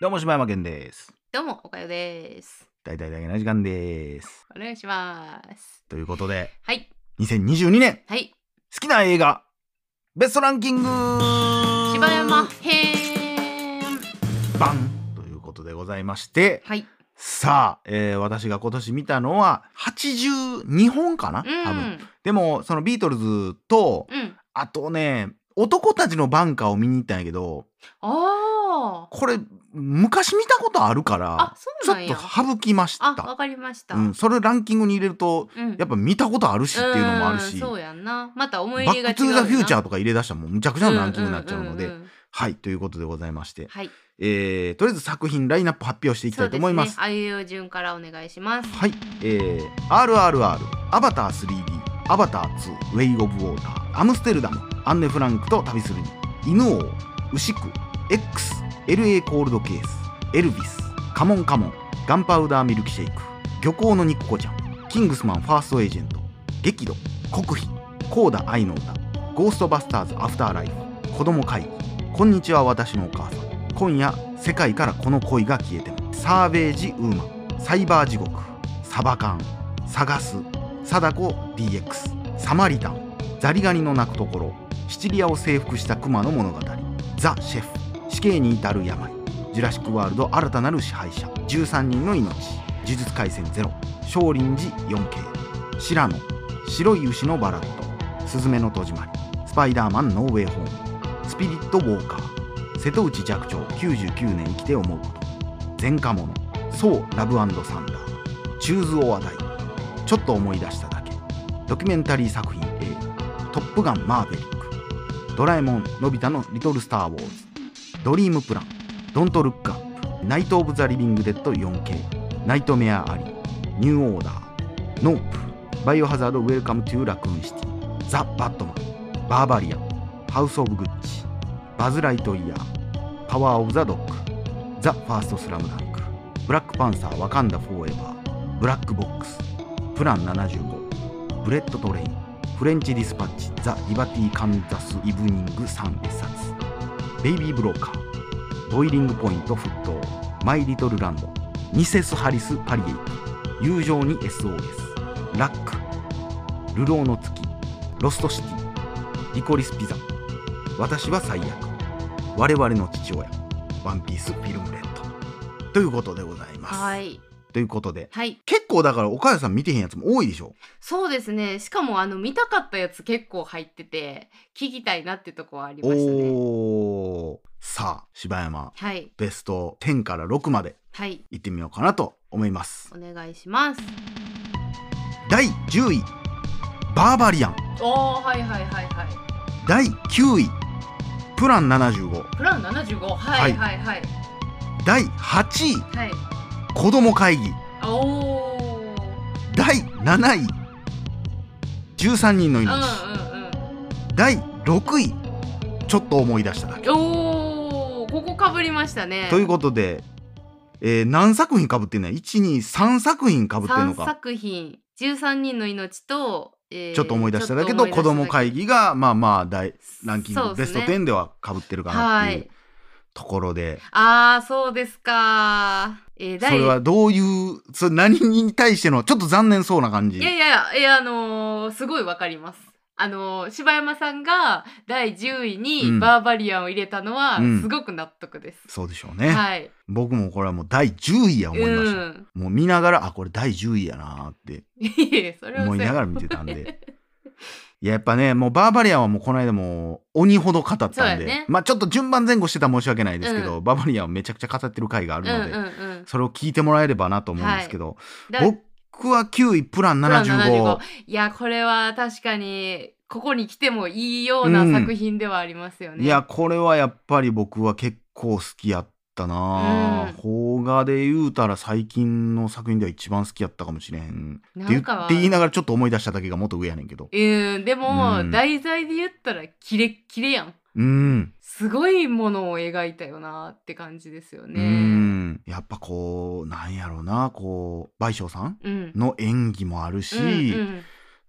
どうも、柴山健です。どうも、おかよです。大体だけな時間です。お願いします。ということで、はい、 2022年、はい、好きな映画、ベストランキング柴山編。バンということでございまして、はい、さあ、えー私が今年見たのは、82本かなう多分。ん、でも、そのビートルズと、うん、あとね、男たちのバンカーを見に行ったんやけど、あーこれ、昔見たことあるからあ、、そうちょなっんとや。省きましあ、たわ。かりました。うん、それランキングに入れると、うんやっぱ見たことあるしっていうのもあるうしん、そうやんな。また思いバッ入れが違クう。トゥーザフューチャーーとか入れ出したらもうむちゃくちゃなランキングになっちゃうので、んんんんはい、ということでございまして、はい、えー、とりあえず作品ラインナップ発表していきたいと思います。そうでねあいうえお順からお願いします。はい、えー、RRR、アバター 3D、アバター2、ウェイ・オブ・ウォーター、アムステルダム、アンネ・フランクと旅するに、犬王、牛久、X、LA コールドケース、エルビス、カモンカモン、ガンパウダーミルクシェイク、漁港の肉子ちゃん、キングスマンファーストエージェント、激怒、国費、コーダ愛の歌、ゴーストバスターズアフターライフ、子供会議、こんにちは私のお母さん、今夜、世界からこの恋が消えても、サーベージ・ウーマン、サイバー地獄サバカン探す貞子 DX サマリタンザリガニの鳴くところシチリアを征服した熊の物語ザ・シェフ死刑に至る病ジュラシックワールド新たなる支配者13人の命呪術廻戦ゼロ少林寺 4K シラノ白い牛のバラットスズメの戸締まりスパイダーマンノーウェイホームスピリットウォーカー瀬戸内寂聴99年生きて思うこと前科者そうラブサンダーチューズ・オア・ダイちょっと思い出しただけドキュメンタリー作品 A「トップガンマーヴェリック」「ドラえもんのび太のリトル・スター・ウォーズ」「ドリームプラン」「ドント・ルック・アップ」「ナイト・オブ・ザ・リビング・デッド 4K」「ナイト・メア・アリー」「ニュー・オーダー」「ノープ」「バイオハザード・ウェルカム・トゥ・ラクーン・シティ」「ザ・バットマン」「バーバリアン」「ハウス・オブ・グッチ」「バズ・ライト・イヤー」「パワー・オブ・ザ・ドッグ」「ザ・ファースト・スラムダンク」ブラックパンサーワカンダフォーエバーブラックボックスプラン75ブレッドトレインフレンチディスパッチザ・リバティ・カンザス・イブニング3列冊ベイビー・ブローカーボイリング・ポイント沸騰マイ・リトル・ランドニセス・ハリス・パリエイト友情に SOS ラック流浪の月ロストシティリコリス・ピザ私は最悪我々の父親ワンピース・フィルムレッドということでございます。はい、ということではい、結構だから岡谷さん見てへんやつも多いでしょそうですね。しかもあの見たかったやつ結構入ってて聞きたいなってとこはありましたね。おーさあ柴山はい、ベスト10から6まではい、行ってみようかなと思いますお願いします。第10位バーバリアンおおはいはいはいはい第9位プラン75プラン75はいはいはい第8位はい、子供会議おおー第7位13人のうん命、う第6位ちょっと思い出しただけ、んうんおおここかぶりましたねということで、えー何作品かぶってんのや123作品かぶってんの3か作品13人の命と、えーちょっと思い出しただけどちょっ子とど思もい出しただ会議がまあまあ大ランキング、そうベでスすトね10ではかぶってるかなっていうところで、ああそうですかえー、それはどういうそれ何に対してのちょっと残念そうな感じいやいやいやいやあのーすごいわかりますあのー柴山さんが第10位うにんバーバリアンを入れたのは、うんすごく納得です、そうでしょうね、はい僕もこれはもう第10位や思いました、うん もう見ながらあこれ第10位やなーっていえいえそれは思いながらら見てたん でいややっぱねもうバーバリアンはもうこの間も鬼ほど語ったんそうやで、ねまあちょっと順番前後してたら申し訳ないですけど、うバーバリアンをめちゃくちゃ語ってる回があるので、うんうんうん、それを聞いてもらえればなと思うんですけど、だ僕は9位プランプラン75 75いやこれは確かにここに来てもいいようなうん作品ではありますよね。いやこれはやっぱり僕は結構好きやったなうん邦画で言うたら最近の作品では一番好きやったかもしれへんってな言っんかて言いながらちょっと思い出しただけがもっと上やねんけどうんでも、うん題材で言ったらキレッキレやんうん、すごいものを描いたよなって感じですようね。んやっぱこうなんやろうなこう倍賞さんうんの演技もあるし、うん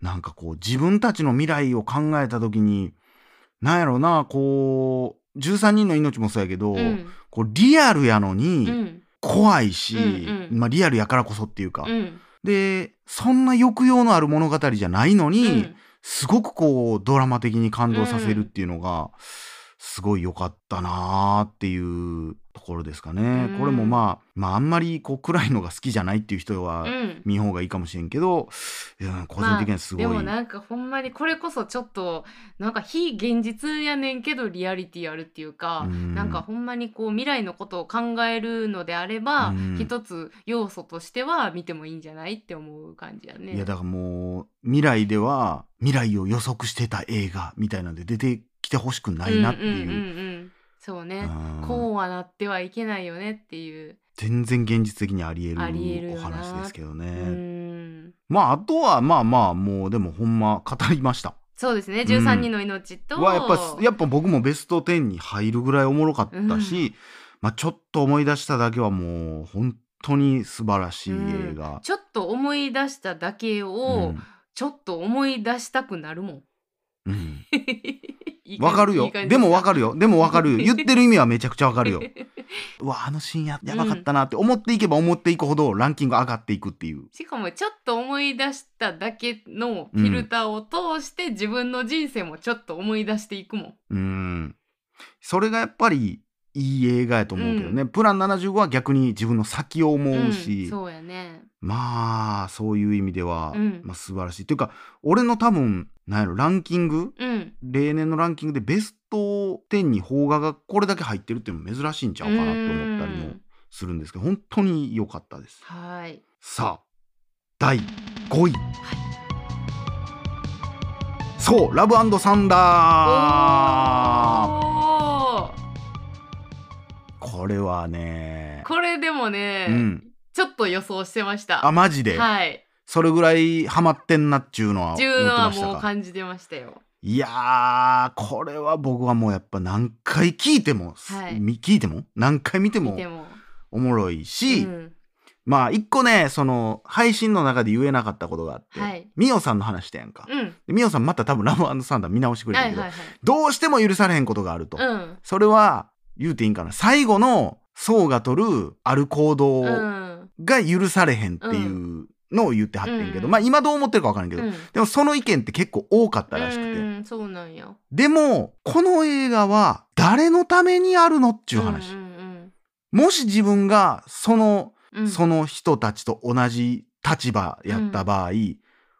なんかこう自分たちの未来を考えた時になんやろうなこ13人の命もそうやけど、うんこうリアルやのに、うん怖いし、うんうんまあ、リアルやからこそっていうか、うんでそんな抑揚のある物語じゃないのうに、んすごくこうドラマ的に感動させるっていうのが、すごい良かったなーっていうところですかね。うんこれもまあ、まあ、あんまりこう暗いのが好きじゃないっていう人はうん見ん方がいいかもしれんけど、うん個人的にはすごい、でもなんかほんまにこれこそちょっとなんか非現実やねんけどリアリティあるっていうか、うんなんかほんまにこう未来のことを考えるのであれば、うん一つ要素としては見てもいいんじゃないって思う感じやね。いやだからもう未来では未来を予測してた映画みたいなんで出てきてほしくないなっていんんう。んうんそうね、うんこうはなってはいけないよねっていう。全然現実的にありありええるるよおな話ですけどね。うんまああとはまあまあもうでもほんま語りました。そうですねん13人の命と、はやっぱやっぱ僕もベスト10に入るぐらいおもろかったし、まあ、ちょっと思い出しただけはもう本当に素晴らしい映画。ちょっと思い出しただけを、ちょっと思い出したくなるもん。 うんうんいい感じわかるいよい感じでもわかるるよでもわかるよ 言ってる意味はめちゃくちゃわかるようわあのシーンややばかったなって思っていけば思っていくほどランキング上がっていくっていうしかもちょっと思い出しただけのフィルターを通して自分の人生もちょっと思い出していくもん。うんそれがやっぱりいい映画やと思うけどね、プラン75は逆に自分の先を思うし、んそうやね。まあそういう意味では、うんまあ、素晴らしいというか俺の多分なんやろランキングうん。例年のランキングでベスト10に邦画がこれだけ入ってるっていうのも珍しいんちゃうかなって思ったりうもんするんですけど本当に良かったですはい。さあ第5位、そう「ラブサンダー」おーこれはねこれでもね、うんちょっと予想してました。あマジで、はい。それぐらいハマってんなっちゅうのはっ思てっいうてのはましたもうか感じてましたよ。いやー、これは僕はもうやっぱ何回聞いても、はいみ聞いても何回見て見もても。おもろいし、うんまあ一個ね、その配信の中で言えなかったことがあって、はいミオさんの話してやんか。うん。でミオさんまた多分ラブサンダー見直してくれはたいけど、はいはい。どうしても許されへんことがあると。うん。それは言うていいんかな。最後の層が取るある行動うん。が許されへんっていうのを言ってはってんけど、うんまあ今どう思ってるかわからんけど、うんでもその意見って結構多かったらしくて。うん、そうなんや。っでも、この映画は誰のためにあるのってちゅう話。んもし自分がその、うんうん、その人たちと同じ立場やった場合、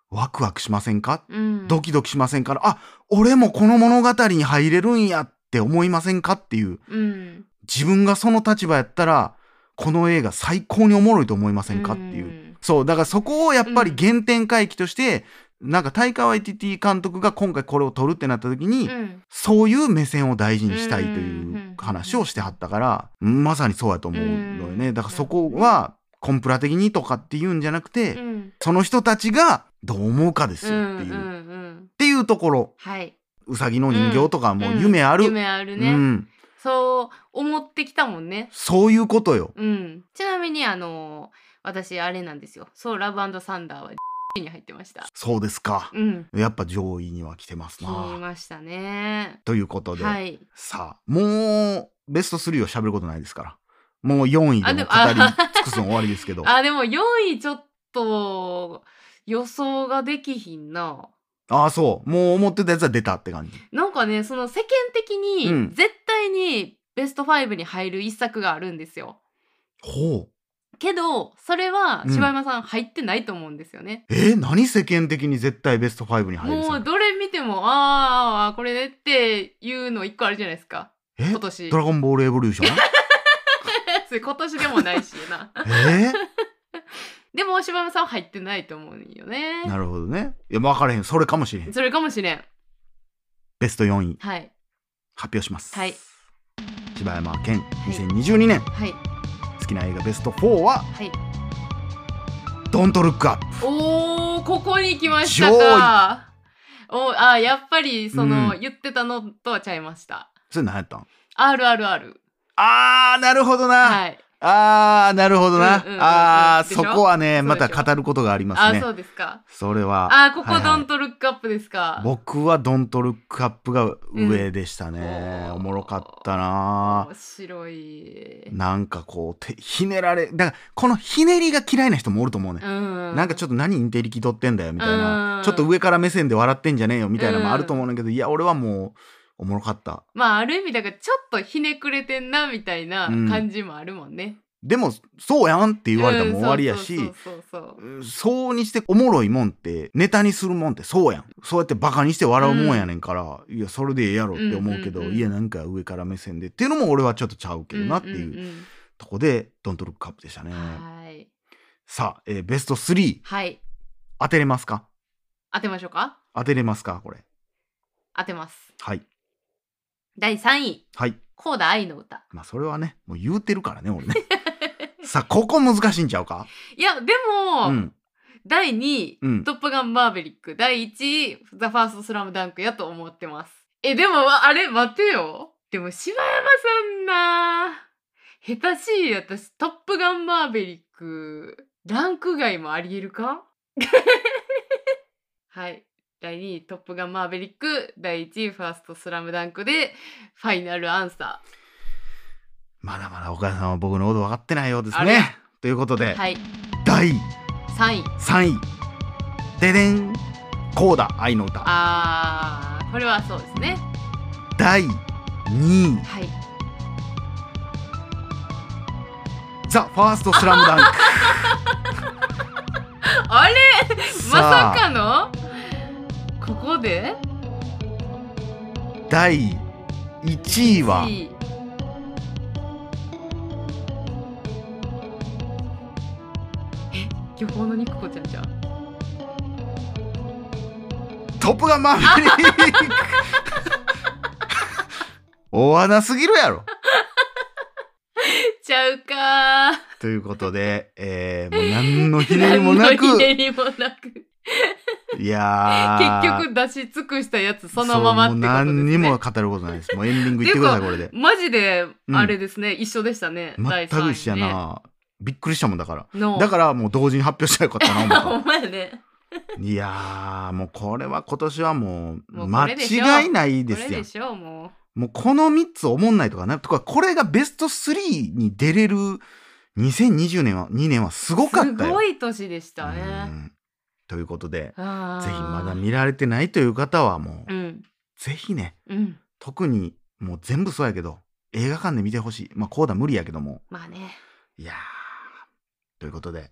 ワクワクしませんか、うん、ドキドキしませんから、あ、俺もこの物語に入れるんやって思いませんかっていう、うん、自分がその立場やったら、この映画最高におもろいと思いませんかっていう。うんそう、だからそこをやっぱりうん原点回帰として、なんかタイカワイティティ監督が今回これを撮るってなった時に、うんそういう目線を大事にしたいとうんうんいうんう話をしてはったから、まさにそうやと思うのようね。んだからそこは、コンプラ的にとかっていうんじゃなくて、うんその人たちがどう思うかですうよっんていうう。っんうんていうところ、はい、うさぎの人形とかもん夢ある。夢あるね、うん。そう思ってきたもんね、そういうことよ。うん、ちなみにあの私あれなんですよそうラブサンダーは に入ってましたそうですか。うんやっぱ上位には来てます聞きな。ましたねということで、はいさあ、もうベスト3を喋ることないですから。もう4位あでもでも語り尽くすの終わりですけど。ああでも4位ちょっと予想ができひんなあー、そう。もう思ってたやつは出たって感じ。なんかねその世間的うにん絶対にベスト5に入る一作があるんですよ。ほう。けどそれはうん柴山さん入ってないと思うんですよね。えー何世間的に絶対ベスト5に入るもう作どれ見てもあーあーこれねっていうの一個あるじゃないですかえ今年ドラゴンボールエボリューション それ今年でもないしなえでも柴山さんは入ってないと思うんよねー、なるほどねいや分からへんそれかもしれへんそれかもしれんベスト4位はい発表しますはい柴山健2022年、はい好きな映画ベスト4ははい「ドントルックアップおーここに来ましたかおあーやっぱりその、うん言ってたのとはちゃいました」それ何やったん RRR あーなるほどな、はいあー、なるほどな。うんうんうんうんあー、でしょそこはね、そうまでしょた語ることがありますあね。そうですかそれは。あここはいはいドントルックアップですか、僕はドントルックアップが上でしたね。うんおもろかったな面白いなんかこうてひねられだからこのひねりが嫌いな人もおると思うね、うんん、なんかちょっと何インテリ気取ってんだよみたいな、うんちょっと上から目線で笑ってんじゃねえよみたいなのもうんあると思うねんだけど、いや俺はもうおもろかったまあある意味だからちょっとひねくれてんなみたいなうん感じもあるもんね、でもそうやんって言われたらもう終わりやうんしそうそうそうそううんそうにしておもろいもんってネタにするもんってそうやんそうやってバカにして笑うもんやねんから、いやそれでええやろって思うけど、うんうんうんいやなんか上から目線でっていうのも俺はちょっとちゃうけどなっていううとこで「ドントルックアップ」でしたね、うんうんうんはいさあ、えーベスト3はい当てれますか当てましょうか当てれますかこれ当てますはい第3位はいコーダ愛の歌まあそれはねもう言うてるからね俺 ねさあここ難しいんちゃうかいやでも、うん第2位、うんトップガンマーヴェリック」第1位「ザ・ファーストスラムダンクやと思ってますえでもわあれ待てよでも柴山さんな下手しい私「トップガンマーヴェリック」ランク外もありえ るかはい第2位「トップガンマーヴェリック」第1位「ファーストスラムダンク」でファイナルアンサまだまだ岡田さんは僕のこと分かってないようですあれねということーで、はい第3位3位ででんコーダ愛の歌あーこれはそうですね第2位はいザ・ファーストスラムダンクあれ まささあかのここで第1位はいいえ漁港の肉子ちゃんじゃん「トップガンマーヴェリック」 お穴すぎるやろちゃうかということで、えー、もう何のひねりもなく何のひねりもなくいやー結局出し尽くしたやつそのままってそうもうことですね何にも語ることないですもうエンディングいってくださいこれでマジでうんあれですね、一緒でしたね全第三位くね一緒やな、びっくりしたもんだからのだからもう同時に発表したらよかったな思った ほんまやねいやーもうこれは今年はももううこ間れでしょ違いないでこれすやでんしょうもうもうこの3つおもんないとかなとかこれがベスト3に出れる2020年は2年はすごかったすよごい年でしたうねんということでぜひまぜひまだ見られてないという方はもう、うんぜひねうん特にもう全部そうやけど映画館で見てほしいまあこうだ無理やけどもまあねいやーということで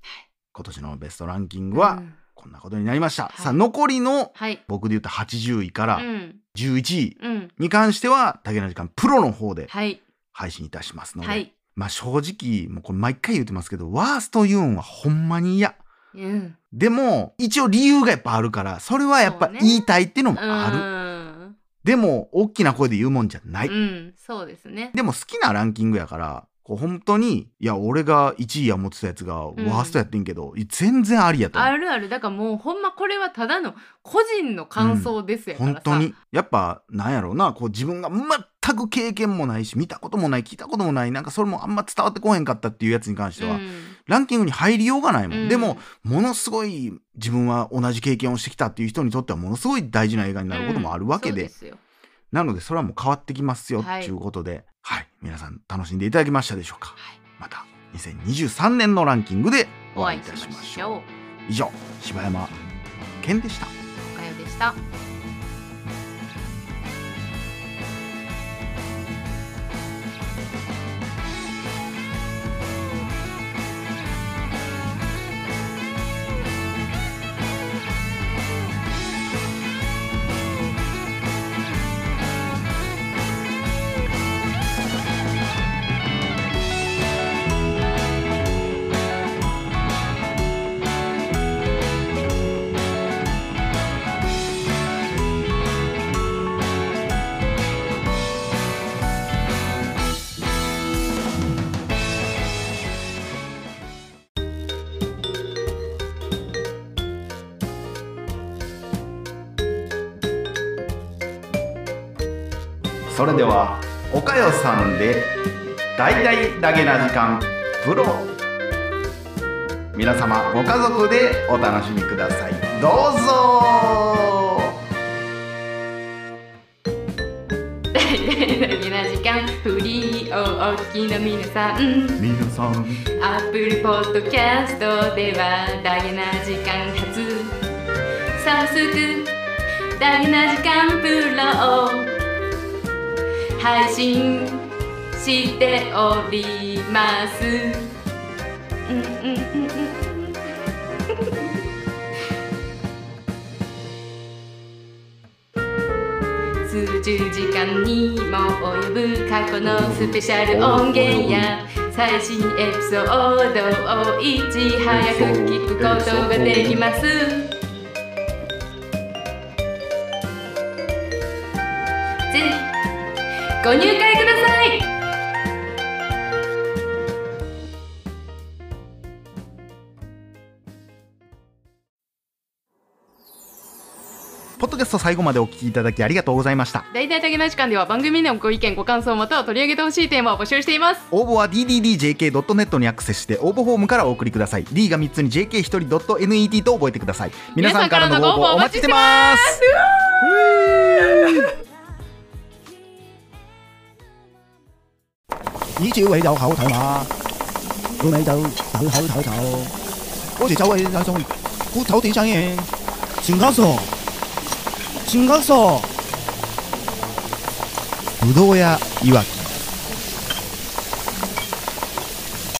今年のベストランキングはうんこんなことになりました、はいさあ残りのはい僕で言うと80位からうん11位うんに関しては竹の時間プロの方ではい配信いたしますので、はいまあ正直もうこれ毎回言ってますけどワーストユーンはほんまに嫌うんでも一応理由がやっぱあるからそれはやっぱそうね言いたいっていうのもある、あでも大きな声で言うもんじゃない、うんそうですねでも好きなランキングやから、こう本当に、いや、俺が1位や持ってたやつがワんーストやってんけど、全然ありやと思あう。るあるだからもうほんまこれはただの個人の感想ですやからさ、本当に。やっぱ、なんやろうな、こう自分が全く経験もないし、見たこともない、聞いたこともない、なんかそれもあんま伝わってこへんかったっていうやつに関しては、うんランキングに入りようがないもん。うんでも、ものすごい自分は同じ経験をしてきたっていう人にとっては、ものすごい大事な映画になることもあるわけで、うんそうですよなのでそれはもう変わってきますよ、はいということで、はい、皆さん楽しんでいただけましたでしょうか。はいまた2023年のランキングでおお会会いいいたししままししょうょう以上柴山健でしたおかよでしたそれでは岡代さんで「だいだいだげな時間」プロ皆様ご家族でお楽しみくださいどうぞ大事な時間フリーをお聞きの皆さん皆さん Apple Podcast ではダゲな時間発早速ダゲな時間プロを配信しておりますうんうんうんうん数十時間にも及ぶ過去のスペシャル音源や最新エピソードをいち早く聞くことができますぜひご入会くださいポッドキャスト最後までお聞きいただきありがとうございました大々的な時間では番組のご意見ご感想または取り上げてほしいテーマを募集しています応募は dddjk.net にアクセスして応募フォームからお送りください D が3つに jk1人.net と覚えてください皆さんからのご応募お待ちしてます咦，朝起就口唞下，老尾就抖口唞唞，嗰時走起有種骨頭地震嘅，全家傻，全家傻。ぶどう屋いわき